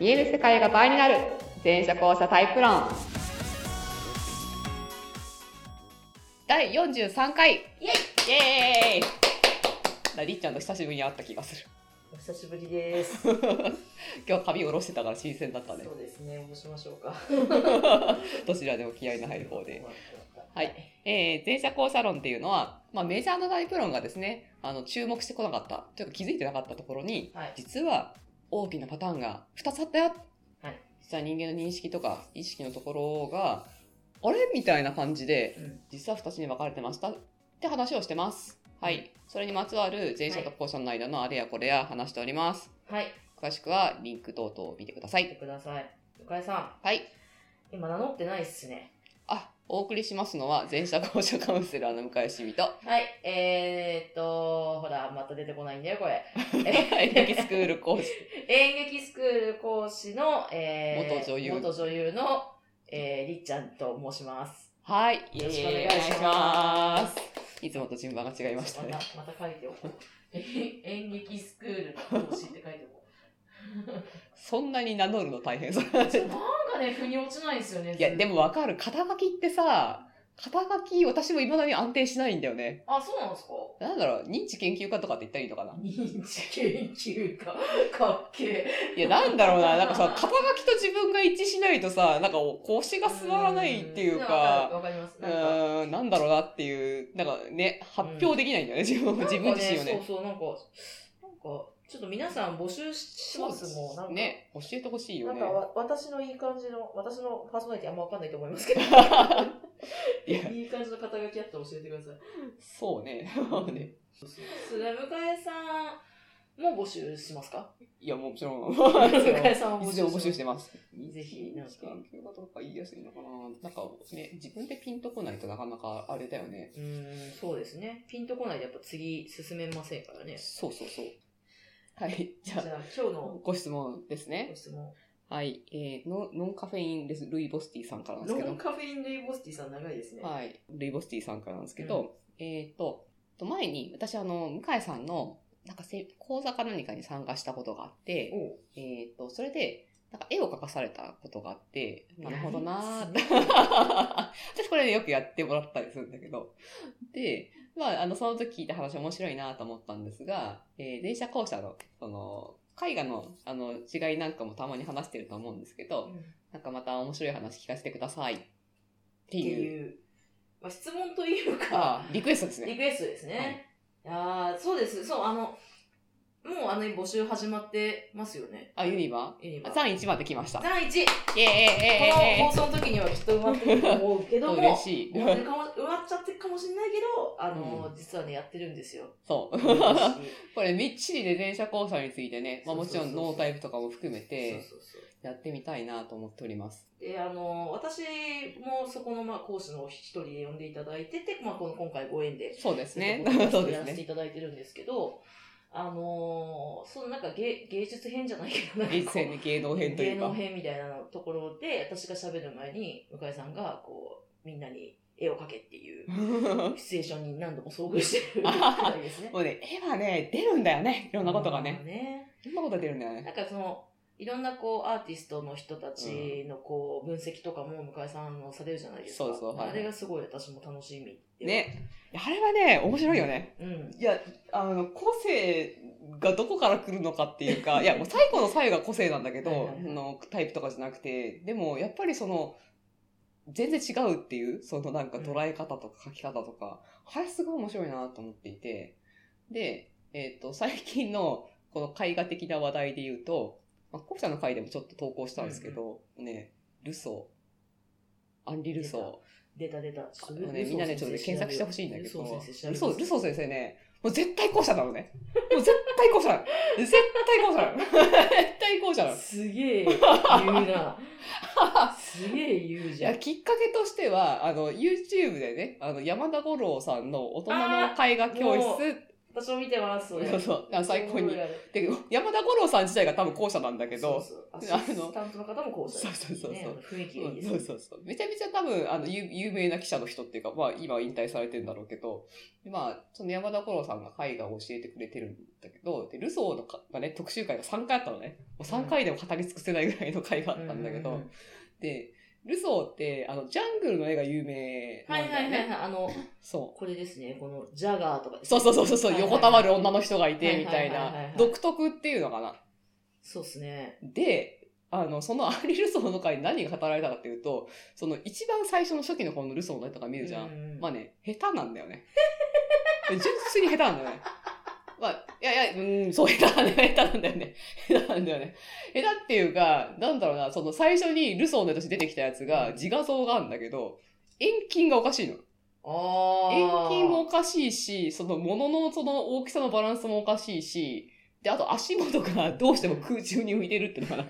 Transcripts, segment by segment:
見える世界が倍になる全社交差タイプ論第43回イエイなりっちゃんと久しぶりに会った気がする お久しぶりです。今日髪下ろしてたから新鮮だったね そうですね、戻しましょうか。どちらでも気合いの入る方で終わった。終わったはい。えー、前者後者論っていうのは、まあ、メジャーの大プロンがですね、あの、注目してこなかった、というか気づいてなかったところに、はい。実は大きなパターンが2つあったよ。はい実は人間の認識とか意識のところが、あれみたいな感じで、うん実は2つに分かれてましたって話をしてます。はい。それにまつわる前者と後者の間のあれやこれや話しております。はい。詳しくはリンク等々を見てくださ見てい。ください。ゆかえさはい。ん、今名乗ってないっすね。あ、お送りしますのは前者後者カウンセラーの向井 しみと、はい。えー、っと、ほら、また出てこないんだよ、これ。演劇スクール講師。演劇スクール講師の、えー元女優元女優の、えー、りっちゃんと申します。はい、よろしくお願いイエーイ。しますいつもと順番が違いましたねま。た、また書いておこう。 え演劇スクールの講師って書いておこう。そんなに名乗るの大変そう。ちょっとなんかね、腑に落ちないんですよね。いや、でもわかる。肩書きってさ、肩書き、私も未だに安定しないんだよね。あ、そうなんですかなんだろう、認知研究家とかって言ったらいいのかな。認知研究家か っけいや、なんだろうな、なんか さ、肩書きと自分が一致しないとさ、なんかこう腰が座らないっていうか、わかりますうなんかーん、なんだろうなっていう、なんかね、発表できないんだよね、自分、自分自身をなんかね。そうそうなんかなんかちょっと皆さん募集しますもんなんかね、教えてほしいよなんねか。わ私のいい感じの私のパーソナリティあんまわかんないと思いま すけどいや、いい感じの肩書きあったら教えてくださいそうね。 ねそれ向井さんも募集しますかいや、もちろん。い向井さんもつでも募集しますてます。ぜひなんか研究家とか言いやすいのかななんかね、自分でピンとこないとなかなかあれだよね。うーんそうですねピンとこないとやっぱ次進めませんからねそうそうそう。はい。じじゃあゃ今日あの、ご質問ですねご。質問はい。えー、ノンノンカフェインレスルイボスティーさんからなんですけノンど。カフェインルイボスティーさん長いですね。はい。ルイボスティーさんからなんですけど、えっと、と前に、私、あの、向井さんの、なんかせ、講座か何かに参加したことがあって、おうえっ、と、それで、なんか絵を描かされたことがあって、なるほどなーって。 私これね、よくやってもらったりするんだけど。で、まあ、あの、その時聞いた話面白いなと思ったんですが、えー、電車校舎の、その、絵画の、あの、違いなんかもたまに話してると思うんですけど、うんっなんかまた面白い話聞かせてください。ってていう、いう、まあ、質問というか、ああ、リクエストですリね。クエストですね。い、やーそうです。そう、あの、もうあの、募集始まってますよね。あ、ユニバユニバー ?3、ー1まで来ました。第1、イエーイこの放送の時にはきっと埋まってると思うけども、 嬉しい。埋まってるかも埋まっちゃってるかもしれないけど、あの、実はね、やってるんです よ。そう。そうこれみっちりで電車交差についてね、まあ、もちろんそうそうそうそうノータイプとかも含めそうてそう。やってみたいなと思っております。で、あの、私もそこの、まあ、講師の一人で呼んでいただいてて、まあ、この今回ご縁でそうですね。 そうでやすらせてね。いただいてるんですけど、あのーそのなんか芸芸術編じゃないけど、なんかこう人生で芸能編とい芸うか。能編みたいなところで、私が喋る前に、向井さんが、こう、みんなに絵を描けっていうシチュエーションに何度も遭遇してるくらいですね 。もうね、絵はね、出るんだよね。いろんなことがまねあ。ね。いろんなことが出るんだよね。なんかその、いろんなこう、アーティストの人たちのこう、分析とかも向井さんのされるじゃないですか。そうそうはいあれがすごい私も楽しみ。。ね。いやあれはね、面白いよね。うん。いや、あの、個性がどこから来るのかっていう か、いや、もう最後の最後が個性なんだけはいどは、いあはいの、タイプとかじゃなくて、でも、やっぱりその、全然違うっていう、そのなんか捉え方とか書き方とか、あれすごい面白いなと思っていて、で、えっ、と、最近のこの絵画的な話題で言うと、まあ、校舎の回でもちょっと投稿したんですけど、ね、ルソー、アンリ・ルソー、出た出た。あのね、みんなね、ちょっとね検索してほしいんだけど、ルルソソー先生調べーてますルソー先生ね、もう絶対後者なの ね。もう絶対後者なの。絶対後者なの。絶対後者なの。すげえ言うな。すげえ言 ういじゃんや、。きっかけとしては、あの、YouTube でね、あの、山田五郎さんの大人の絵画教室私も見てます、それ。そうそうだから最高にすごいあるで山田五郎さん自体が多分後者なんだけど、そうそうアあシのスタントの方もこうそうそうそうそうね、あの雰囲気がいいですそうそうそう。めちゃめちゃ多分、あの、有有名な記者の人っていうか、まあ今は引退されてるんだろうけど、まあ、その山田五郎さんが絵画を教えてくれてるんだけど、で、ルソーのかがね、特集会が3回あったのね。もう3回でも語り尽くせないぐらいの会があったんだけど、うううんで、ルソーって、あの、ジャングルの絵が有名はないんだはいよはいね。はい。あの、そう。これですね、このジャガーとかですそねうそうそうそう、はいはい横たわる女の人がいて、みたいはいはいはいはな、い独特っていうのかな。そうですね。で、あの、そのアーリ・ルソーの回に何が語られたかっていうと、その一番最初の初期の方のルソーの絵とか見るじゃん。んまあね、下手なんだよね。 純粋に下手なんだよね。まあ、いやいや、うーん、そう、下手なんだよね。下手なんだよね。下手なんだよね。下手っていうか、なんだろうな、その最初にルソーの年出てきたやつが自画像があるんだけど、遠近がおかしいの。あ遠あ。近もおかしいし、その物のその大きさのバランスもおかしいし、で、あと足元がどうしても空中に浮いてるっての かな。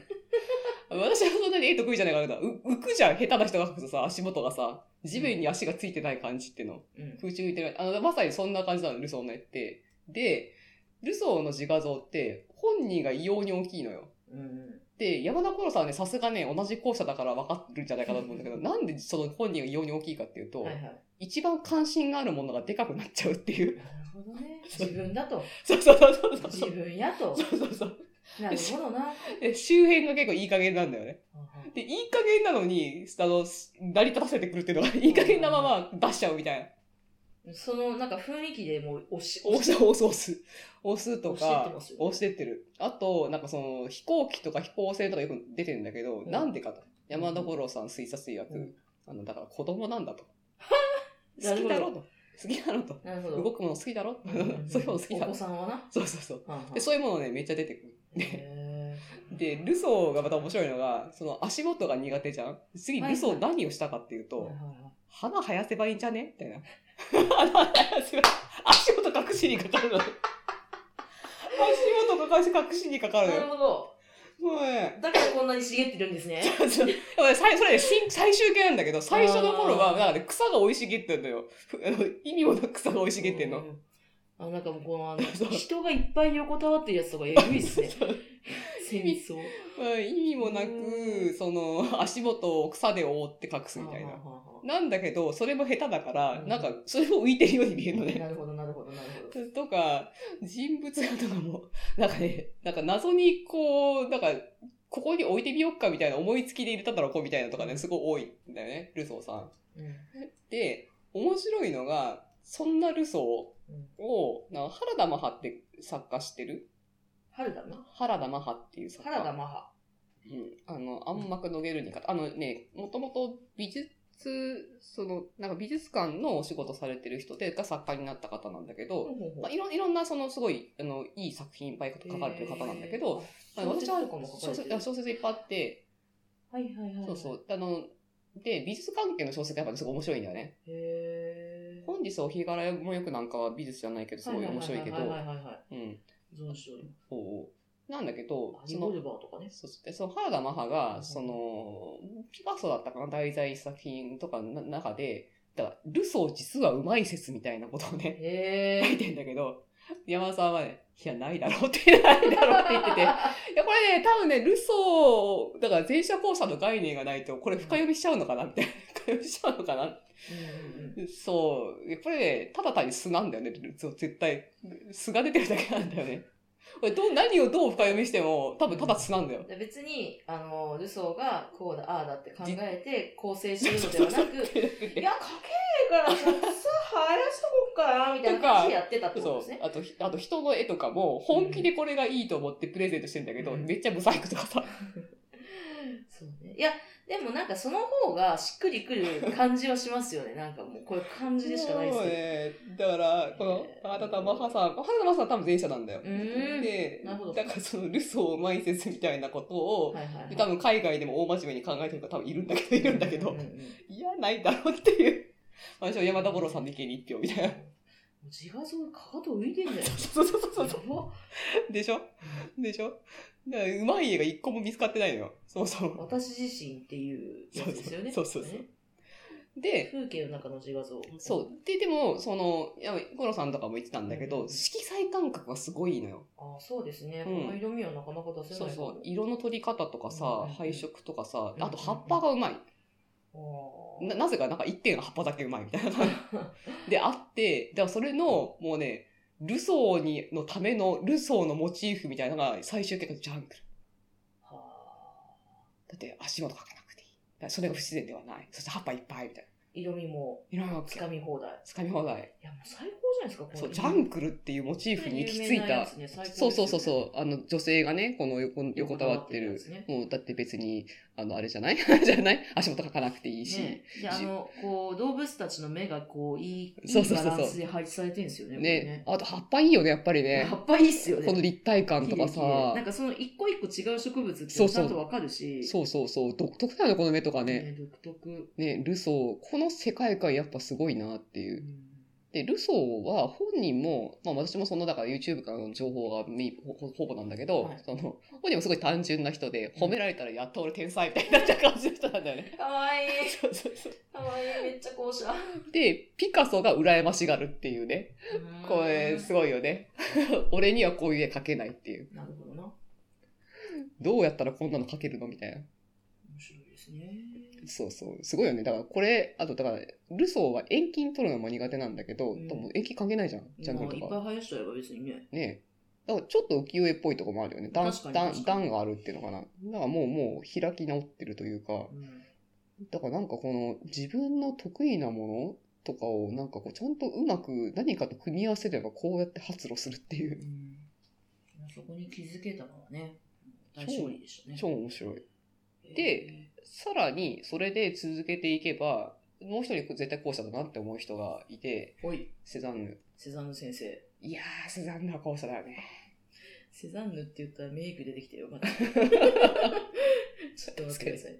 私はそんなに絵得意じゃないから、う浮くじゃん、下手な人が描くとさ、足元がさ、地面に足がついてない感じっていうの。うん。空中浮いてる。あの、まさにそんな感じなの、ルソーの絵って。で、ルソーの自画像って、本人が異様に大きいのよ。うん。で、山田五郎さんはね、さすがね、同じ校舎だから分かってるんじゃないかなと思うんだけど、なんでその本人が異様に大きいかっていうと、はいはい。なる一番関心があるものがでかくなっちゃうっていう。ほどね。自分だと。 そうそうそうそうそう。自分やと。そうそうそう。なるほどな。 で周辺が結構いい加減なんだよね。で、いい加減なのに、あの、成り立たせてくるっていうのが、いい加減なまま出しちゃうみたいな。その、なんか雰囲気でもう押し、押す、押す、押す。押すと押してっかてますよ、ね押してってる。あと、なんかその、飛行機とか飛行船とかよく出てるんだけど、うんなんでかと。山田五郎さん推察曰く、うんあの、だから子供なんだと。 な好るきほどだろと。好きだろと。なるほど。動くもの好きだろんそういうもの好きだおろ子。さんはな。そうそうそう。はんはんで、そういうものね、めっちゃ出てくる。へーで、ルソーがまた面白いのが、その足元が苦手じゃん次、はいルソー何をしたかっていうと、はいはいはい花生やせばいいんじゃねみたいな。 花生やせば、足元隠しにかかるの。足元隠し、隠しにかかるのなるよ。ほど。もうね、だからこんなに茂ってるんですね。そうそうでもね最それね新最終形なんだけど、最初の頃は、あーなんかね、草が生い茂ってんのよ。ふあの意味もなく草が生い 茂ってんの。う。あ、なんかもうこの、あの、 そう人がいっぱい横たわってるやつとかえぐいっ すね。戦争。まあ、意味もなうく、その、足元を草で覆って隠すみたいなは。あはあはなんだけど、それも下手だから、うんなんか、それも浮いてるように見えるのあなね。るほど、なるほど、なるほど。とか、人物画とかも、なんかね、なんか謎にこう、なんか、ここに置いてみよっかみたいな思いつきで入れただろう、こうみたいなのとかね、すごい多いんだよね、ルソーさん。うんで、面白いのが、そんなルソうんーを、なんか原田マハって作家してる原田な原田マハっていう作家。原田マハ。うん、あの、暗幕のゲルニカ。あのね、もともと美術、その、なんか美術館のお仕事されてる人で、が作家になった方なんだけど、まあ、いろんいろんな、その、すごい、あの、いい作品いっぱい書かれてる方なんだけど、へー、まあ私は小説とかも書か小れて説るいや小説いっぱいあって、はいはいはいはい。そうそう。あの、で、美術関係の小説がやっぱすごい面白いんだよね。へー。本日お日柄もよくなんかは美術じゃないけど、すごい面白いけど、はいはいはいはいはうん。い。存じておりまおうおうなんだけど、す。アニゴルバーとかね。そうそうで、その原田マハが、うんその、ピカソだったかな、題材作品とかの中で、だから、ルソー実はうまい説みたいなことをね、へ書いー。てんだけど、山田さんはね、いや、ないだろうって、ないだろうって言って て、いや、これね、多分ね、ルソー、だから前者後者の概念がないと、これ深読みしちゃうのかなって、深読みしちゃうのかなうんうんうんそう、いやこれね、ただ単に素なんだよね、ルソー絶対。素が出てるだけなんだよね。これどう、何をどう深読みしても、多分ただ素なんだよ。で別に、あの、ルソーがこうだ、ああだって考えて構成してそうるそのうで そうはなく、いや、書けねえから、さ、生やしとこっかな、みたいな感じでやってたってことそですねう。。あと、ひあと人の絵とかも、本気でこれがいいと思ってプレゼントしてんだけど、うんめっちゃブサイクとかさ。 そうね。いや、でもなんかその方がしっくりくる感じはしますよね。なんかもうこういう感じでしかないですそうけね。だから、この、あなた、マハさん、原田マハさんは多分前者なんだよ。うーんでなるほ、どだからその、ルソー埋説みたいなことど。を、はいはい、はい。多分海外でも大真面目に考えてる人多分いるんだけど、いるんだけうどう、ん いや、ないだろうっていう。私は山田五郎さんの意見に一票みたいな。自画像かかと浮いてんじゃないそうそうそうそうそやばう。でしょでしょだから、うまい絵が一個も見つかってないのよ。そうそう。私自身っていうやつですよね。そうそうそうそうねで、風景の中の自画像。そう。で、でも、その、いや五郎さんとかも言ってたんだけうど、ん色彩感覚がすごいのよ。あそうですね。うんこの色味はなかなか出せそなういかもそう。色の取り方とかうんさ、配色とかさう、んあと葉っぱがうまい。あな、なぜかなんか一点葉っぱだけうまいみ たいな感じであって、だからそれの、もうね、ルソーに、のための、ルソーのモチーフみたいなのが最終結果ジャングル。ーはあだって足元かけなくていい。だからそれが不自然ではない。そして葉っぱいっぱいみたいな。色味もいろいろつかみ放題。いつかみ放題。や、もう最高じゃないですか、これそう、ジャングルっていうモチーフに行き着い有名なやたつ。ね最高ですそうよねそうそうそう。あの、女性がね、この横、横たわってやる。つね。もう、だって別に、あの、あれじゃない あれじゃない足元書かなくていいし。ね、であのこう動物たちの目がこういいいそういそうバそうそうランスで配置されてるんですよね。ねこあと葉っぱいいよね、やっぱりれね ね。葉。っぱいいっすよね。この立体感とか綺麗綺麗さなん。かその一個一個違う植物っていうそのうちゃそうんとわかるし。そうそうそう。独特だよね、この目とかね。ね独特。ね、ルソー。この世界観やっぱすごいなっていうう。んで、ルソーは本人も、まあ私もその、だから YouTube からの情報がみほほほぼなんだけど、はいその、本人もすごい単純な人で、褒められたらやっと俺天才みたいになっちゃう感じの人なんだよね。かわいい。そうそうそう。かわいい。めっちゃ校舎。で、ピカソが羨ましがるっていうね。 これ、すごいよね。 俺にはこういう絵描けないっていう。なるほどな。面どうやったらこんなの描けるのみたいな。白いですね。そうそう。すごいよね。だからこれ、あとだから、ルソーは遠近取るのも苦手なんだけど、うんでも遠近関係ないじゃん。ジャンまグあルいとっぱか。い生やしちゃえば別にね。ねえだからちょっと浮世絵っぽいとこもあるよね。段確か、に段、確かに段があるっていうのかな。だからもう、もう開き直ってるというか、うんだからなんかこの自分の得意なものとかをなんかこうちゃんとうまく何かと組み合わせればこうやって発露するっていうう。んそこに気づけたのはね、大勝利でしたね。超面白い。で、さらに、それで続けていけば、もう一人絶対後者だなって思う人がいて、おい、セザンヌ。セザンヌ先生。いやー、セザンヌは後者だよね。セザンヌって言ったらメイク出てきて よかった。ちょっと待ってください。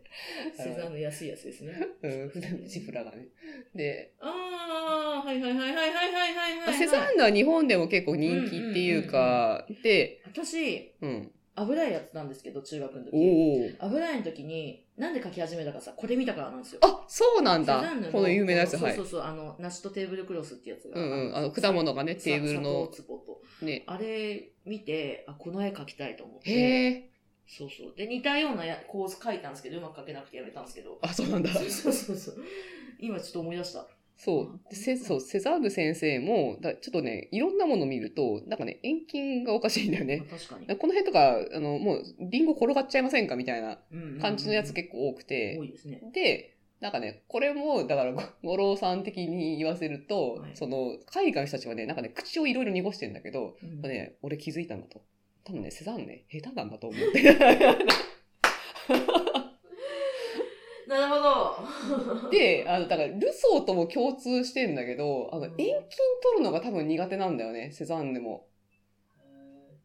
セザンヌ安いやつですね。うん、普段のジフラがね。で、ああ、はいはいはいはいはいはいはい、はい。セザンヌは日本でも結構人気っていうか、で、私、うん。油絵やってたんですけど、中学のお時。お。油絵の時に、なんで描き始めたかさ、これ見たからなんですよ。あ、そうなんだセザンヌ。この有名なやつ、はいそう。そうそう、あの、梨とテーブルクロスってやつが。うんうんあの果物がねさテーブルの砂糖壺と。ね。あれ見て、あ、この絵描きたいと思って。へえ。そうそう。で、似たようなや構図描いたんですけど、うまく描けなくてやめたんですけど。あ、そうなんだ。そうそうそうそう。今ちょっと思い出した。そう。でせそう、セザーヌ先生も、だちょっとね、いろんなもの見ると、なんかね、遠近がおかしいんだよね。確かに。この辺とか、あの、もう、リンゴ転がっちゃいませんかみたいなうんうんうん感じのやつ結構多くて多。いですね。で、なんかね、これも、だから、ご五郎さん的に言わせると、はいその、海外の人たちはね、なんかね、口をいろいろ濁してんだけど、うんまあね、俺気づいたんだと。多分ね、セザーヌね、下手なんだと思 って。なるほど。で、あの、だから、ルソーとも共通してんだけど、あの、うん遠近取るのが多分苦手なんだよね、セザンヌも。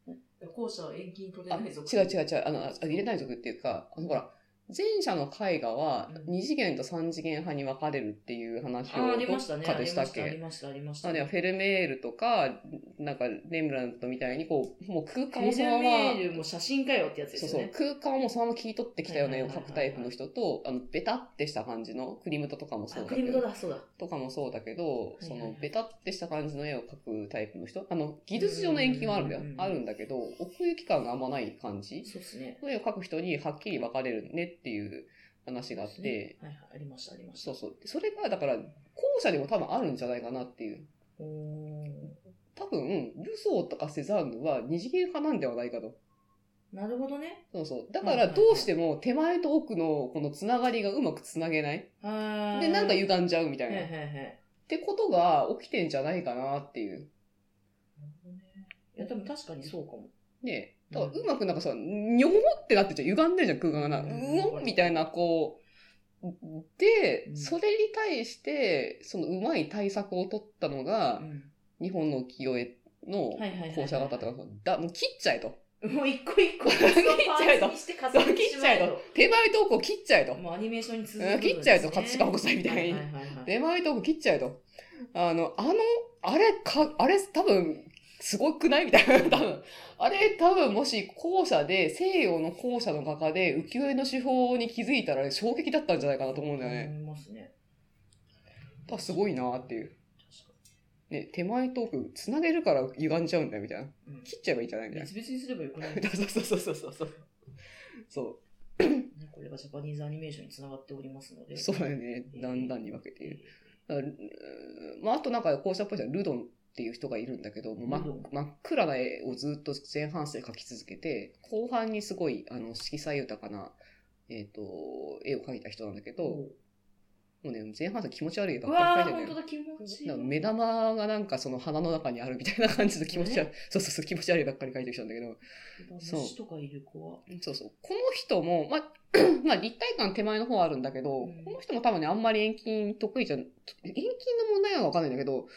えー、後者は遠近取れあないぞ。違う違う違う。あの、あ入れない族っていうか、あの、ほら、前者の絵画はうん二次元と三次元派に分かれるっていう話あをありどましたっね。かあでりしたまっした、ありけました、ありましなた。のでフェルメールとか、なんかレムラントみたいにこう、もう空間をフェそルのまま、メールも写真かよってやつでそうすそようね。、空間をもうそのまま切り取ってきたような絵をはいは描いはいはいくタイプの人と、あの、ベタってした感じの、クリムトとかもそうあ、だクけリムトど、だ、そうだ。とかもそうだけど、いそはいはのい、ベタってした感じの絵を描くタイプの人、あの、技術上の遠近はあるんだようんうんう。んあるんだけど、奥行き感があんまない感じそうですね。そういうのを書く人にはっきり分かれるねっていう話があって、はいはい、ありました、ありましそた。うそう。それが、だから、後者にも多分あるんじゃないかなっていう。う。お多分、ルソーとかセザンヌは二次元派なんではないかと。ーなるほどね。そうそう。だから、どうしても手前と奥のこのつながりがうまくつなげない。はで、なんかう。歪んじゃうみたはいいはな。いはっい。てことが起きてんじゃないかなっていう。なるほどねいや、でも確かにそうかも。ねえ。だから、うまくなんかさ、にょもってなってちゃう。歪んでるじゃん、空間がな。ううんおんみたいな、こう。でう、んそれに対して、そのうまい対策を取ったのがう、ん日本の浮世絵のはいはいはいはい校舎型とか、だ、もう切っちゃえと。もう一個一個、切っちゃえとにして重ねてしまえと。手前と奥を切っちゃえと。もうアニメーションに続く、うん切っちゃうと葛飾北斎みたいにはいはいはいはい手前と奥切っちゃえと。あの、あの、あれか、あれ多分、すごくないみたいな。多 分。あれ多分もし校舎で、西洋の校舎の画家で浮世絵の手法に気づいたら衝撃だったんじゃないかなと思うんだよね。思いますね。ぱすごいなっていう。確かね、手前トーク、つなげるから歪んじゃうんだよ、みたいな。に。うん切っちゃえばいいんじゃないみたい別々にすればよくないな。 そうそうそうそうそう。そねこれがジャパニーズアニメーションにつながっておりますので。う。そうだよね。だんだんに分けている。だからうーんまあ、あとなんか、校舎っぽい人はルドンっていう人がいるんだけど、もう真っルドン真っ暗な絵をずっと前半生描き続けて、後半にすごい、あの、色彩豊かな、えっ、と、絵を描いた人なんだけど、もおううね、前半生気持ち悪い絵ばうっかわり描いてるんー、本だ当よ。だ、気持ちいい。なんか目玉がなんかその鼻の中にあるみたいな感じの気持ち悪い、そうそうそう、気持ち悪いばっかり描いてる人なんだけど、そう虫とかいる子は。そうそう。この人も、まあ、 まあ立体感手前の方あるんだけど、うんこの人も多分ね、あんまり遠近得意じゃん、遠近の問題はわかんないんだけど、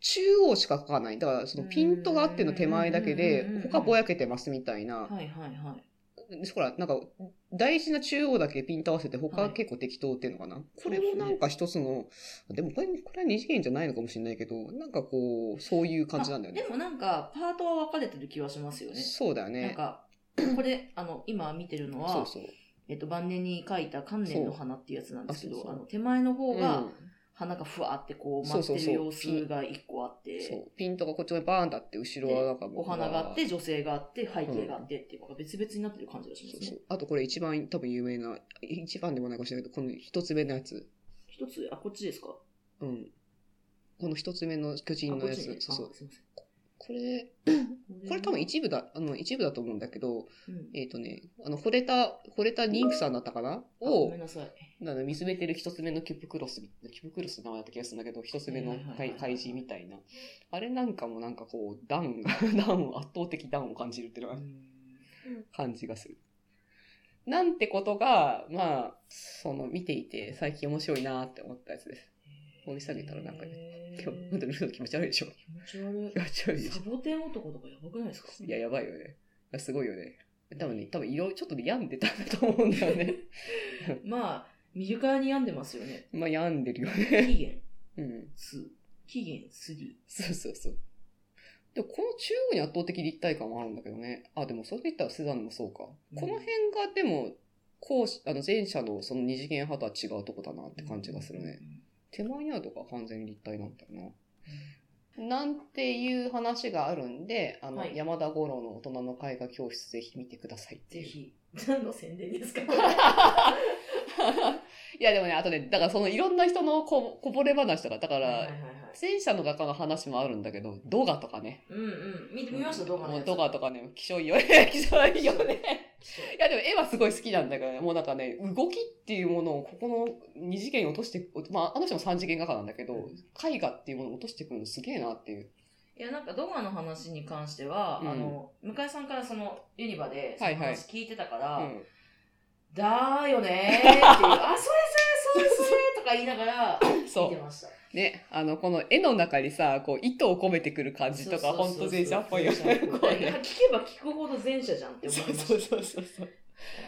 中央しか描かない。だから、そのピントがあっての手前だけでうん、他ぼやけてますみたいな。はいはいはい。ほら、なんか、大事な中央だけピント合わせて、は他い結構適当っていうのかな。こうでれすねもなんか一つの、でもこれ、これは二次元じゃないのかもしれないけど、なんかこう、そういう感じなんだよねあ。でもなんか、パートは分かれてる気はしますよね。そうだよなんね。か、これ、あの、今見てるのは、そうそう。えっと、晩年に描いた観念の花っていうやつなんですけそうど、ああそうそうの、手前の方うがん、花がふわってこうそ舞うっそうてそうる様子が一個あって、そう。ピントがこっち側にバーンとあって、後ろはなんかもうお花があって、女性があって、背景があってっていうのが別々になってる感じがしそうますそねう。。あとこれ一番多分有名な、一番でもないかもしれないけど、この一つ目のやつ。一つ、あ、こっちですかあ、うん。この一つ目の巨人のこっやちねつ。そうそあう。すいませんこれ、ここれ多分一部だ、あの、一部だと思うんだけど、うんえっ、とね、あの、惚れた、惚れた妊婦さんだったかなあごをめん、なさい。なんだ見つめてる一つ目のキュプクロス、キュプクロスの名前だった気がするんだけど、一つ目のはいはいはいはい怪怪人みたいな。あれなんかもなんかこう、ダウンが、ダウン、圧倒的ダウンを感じるっていうのうはん感じがする。なんてことが、まあ、その見ていて最近面白いなって思ったやつです。掘り下げたらなんかへー今日、本当に見るの気持ち悪いで しょ気持ち悪い気。持ち悪いでしサボテン男とかやばくないですかょいや、やばいよね。いやすごいよね。多分ね、多分色、ちょっとね病んでたんだと思うんだよ ね。まあ、見るからに病んでます よね。まあ、病んでるよ期ね。限うん。 2、期限3。そうそうそう。でも、この中央に圧倒的立体感はあるんだけどね。あ、でも、それで言ったらセザンヌもそうか。うんこの辺が、でも、後者あの前者のその二次元派とは違うとこだなって感じがするね。手前にあるとか完全に立体なんだよな。なんていう話があるんで、あの、はい山田五郎の大人の絵画教室ぜひ見てくださいってぜいう。ひ。何の宣伝ですか いやでもね、あとね、だからそのいろんな人のここぼれ話とか、だかはいはいはいら、はい戦車の画家の話もあるんだけど、動画とかね。うんうん。見てみました、動画のもやうつ。動画とかね、気象いいよね。 気象いいよ ね。いやでも絵はすごい好きなんだけどね、もうなんかね、動きっていうものをここの二次元に落としていく、まああの人も三次元画家なんだけど、絵画っていうものを落としていくのすげえなっていう。いや、なんか動画の話に関しては、うんあの、向井さんからその、ユニバで、そはのいはい話聞いてたから、うんだーよねーっていう、あ、それそれそれそれとか言いながら、見そてう。ました。ね。あの、この絵の中にさ、こう、意図を込めてくる感じとか、そうほそんうそうそとう前者っぽいよね。そうこういやね。聞けば聞くほど前者じゃんって 思いそうまそうしそうそうそう。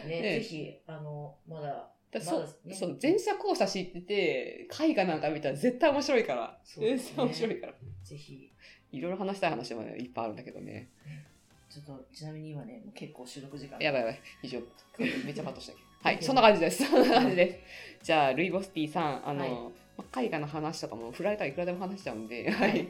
た。ね、ねぜひ、あの、まだ、だまそだう、ねそう、前者後者知ってて、絵画なんか見たら絶対面白いから。そうですね絶対面白いから。ぜひ、いろいろ話したい話もね、いっぱいあるんだけどね。ちょっと、ちなみに今ね、もう結構収録時間。やばいやばい、以上。めっちゃパッとしたけ ど。はい、そんな感じです。そんな感じです。じゃあ、ルイボスティーさん、あの、はいまあ絵画の話とかも振られたらいくらでも話しちゃうんで、はい。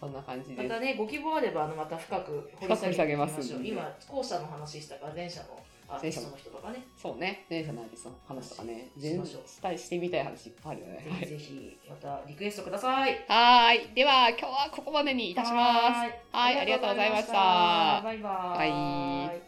そんな感じまですた。ね、ご希望あれば、あの、また深く掘り下げていきましょう。今、後者の話したから、前者のアーティストの人とかね、そうね、前者の話の話とかね、し全まししょうたいしてみたい話いっぱいあるよねぜ。ひぜひ、またリクエストください。はい、はーいでは今日はここまでにいたします。はいはいありがとうございましたバイバーイ。バイ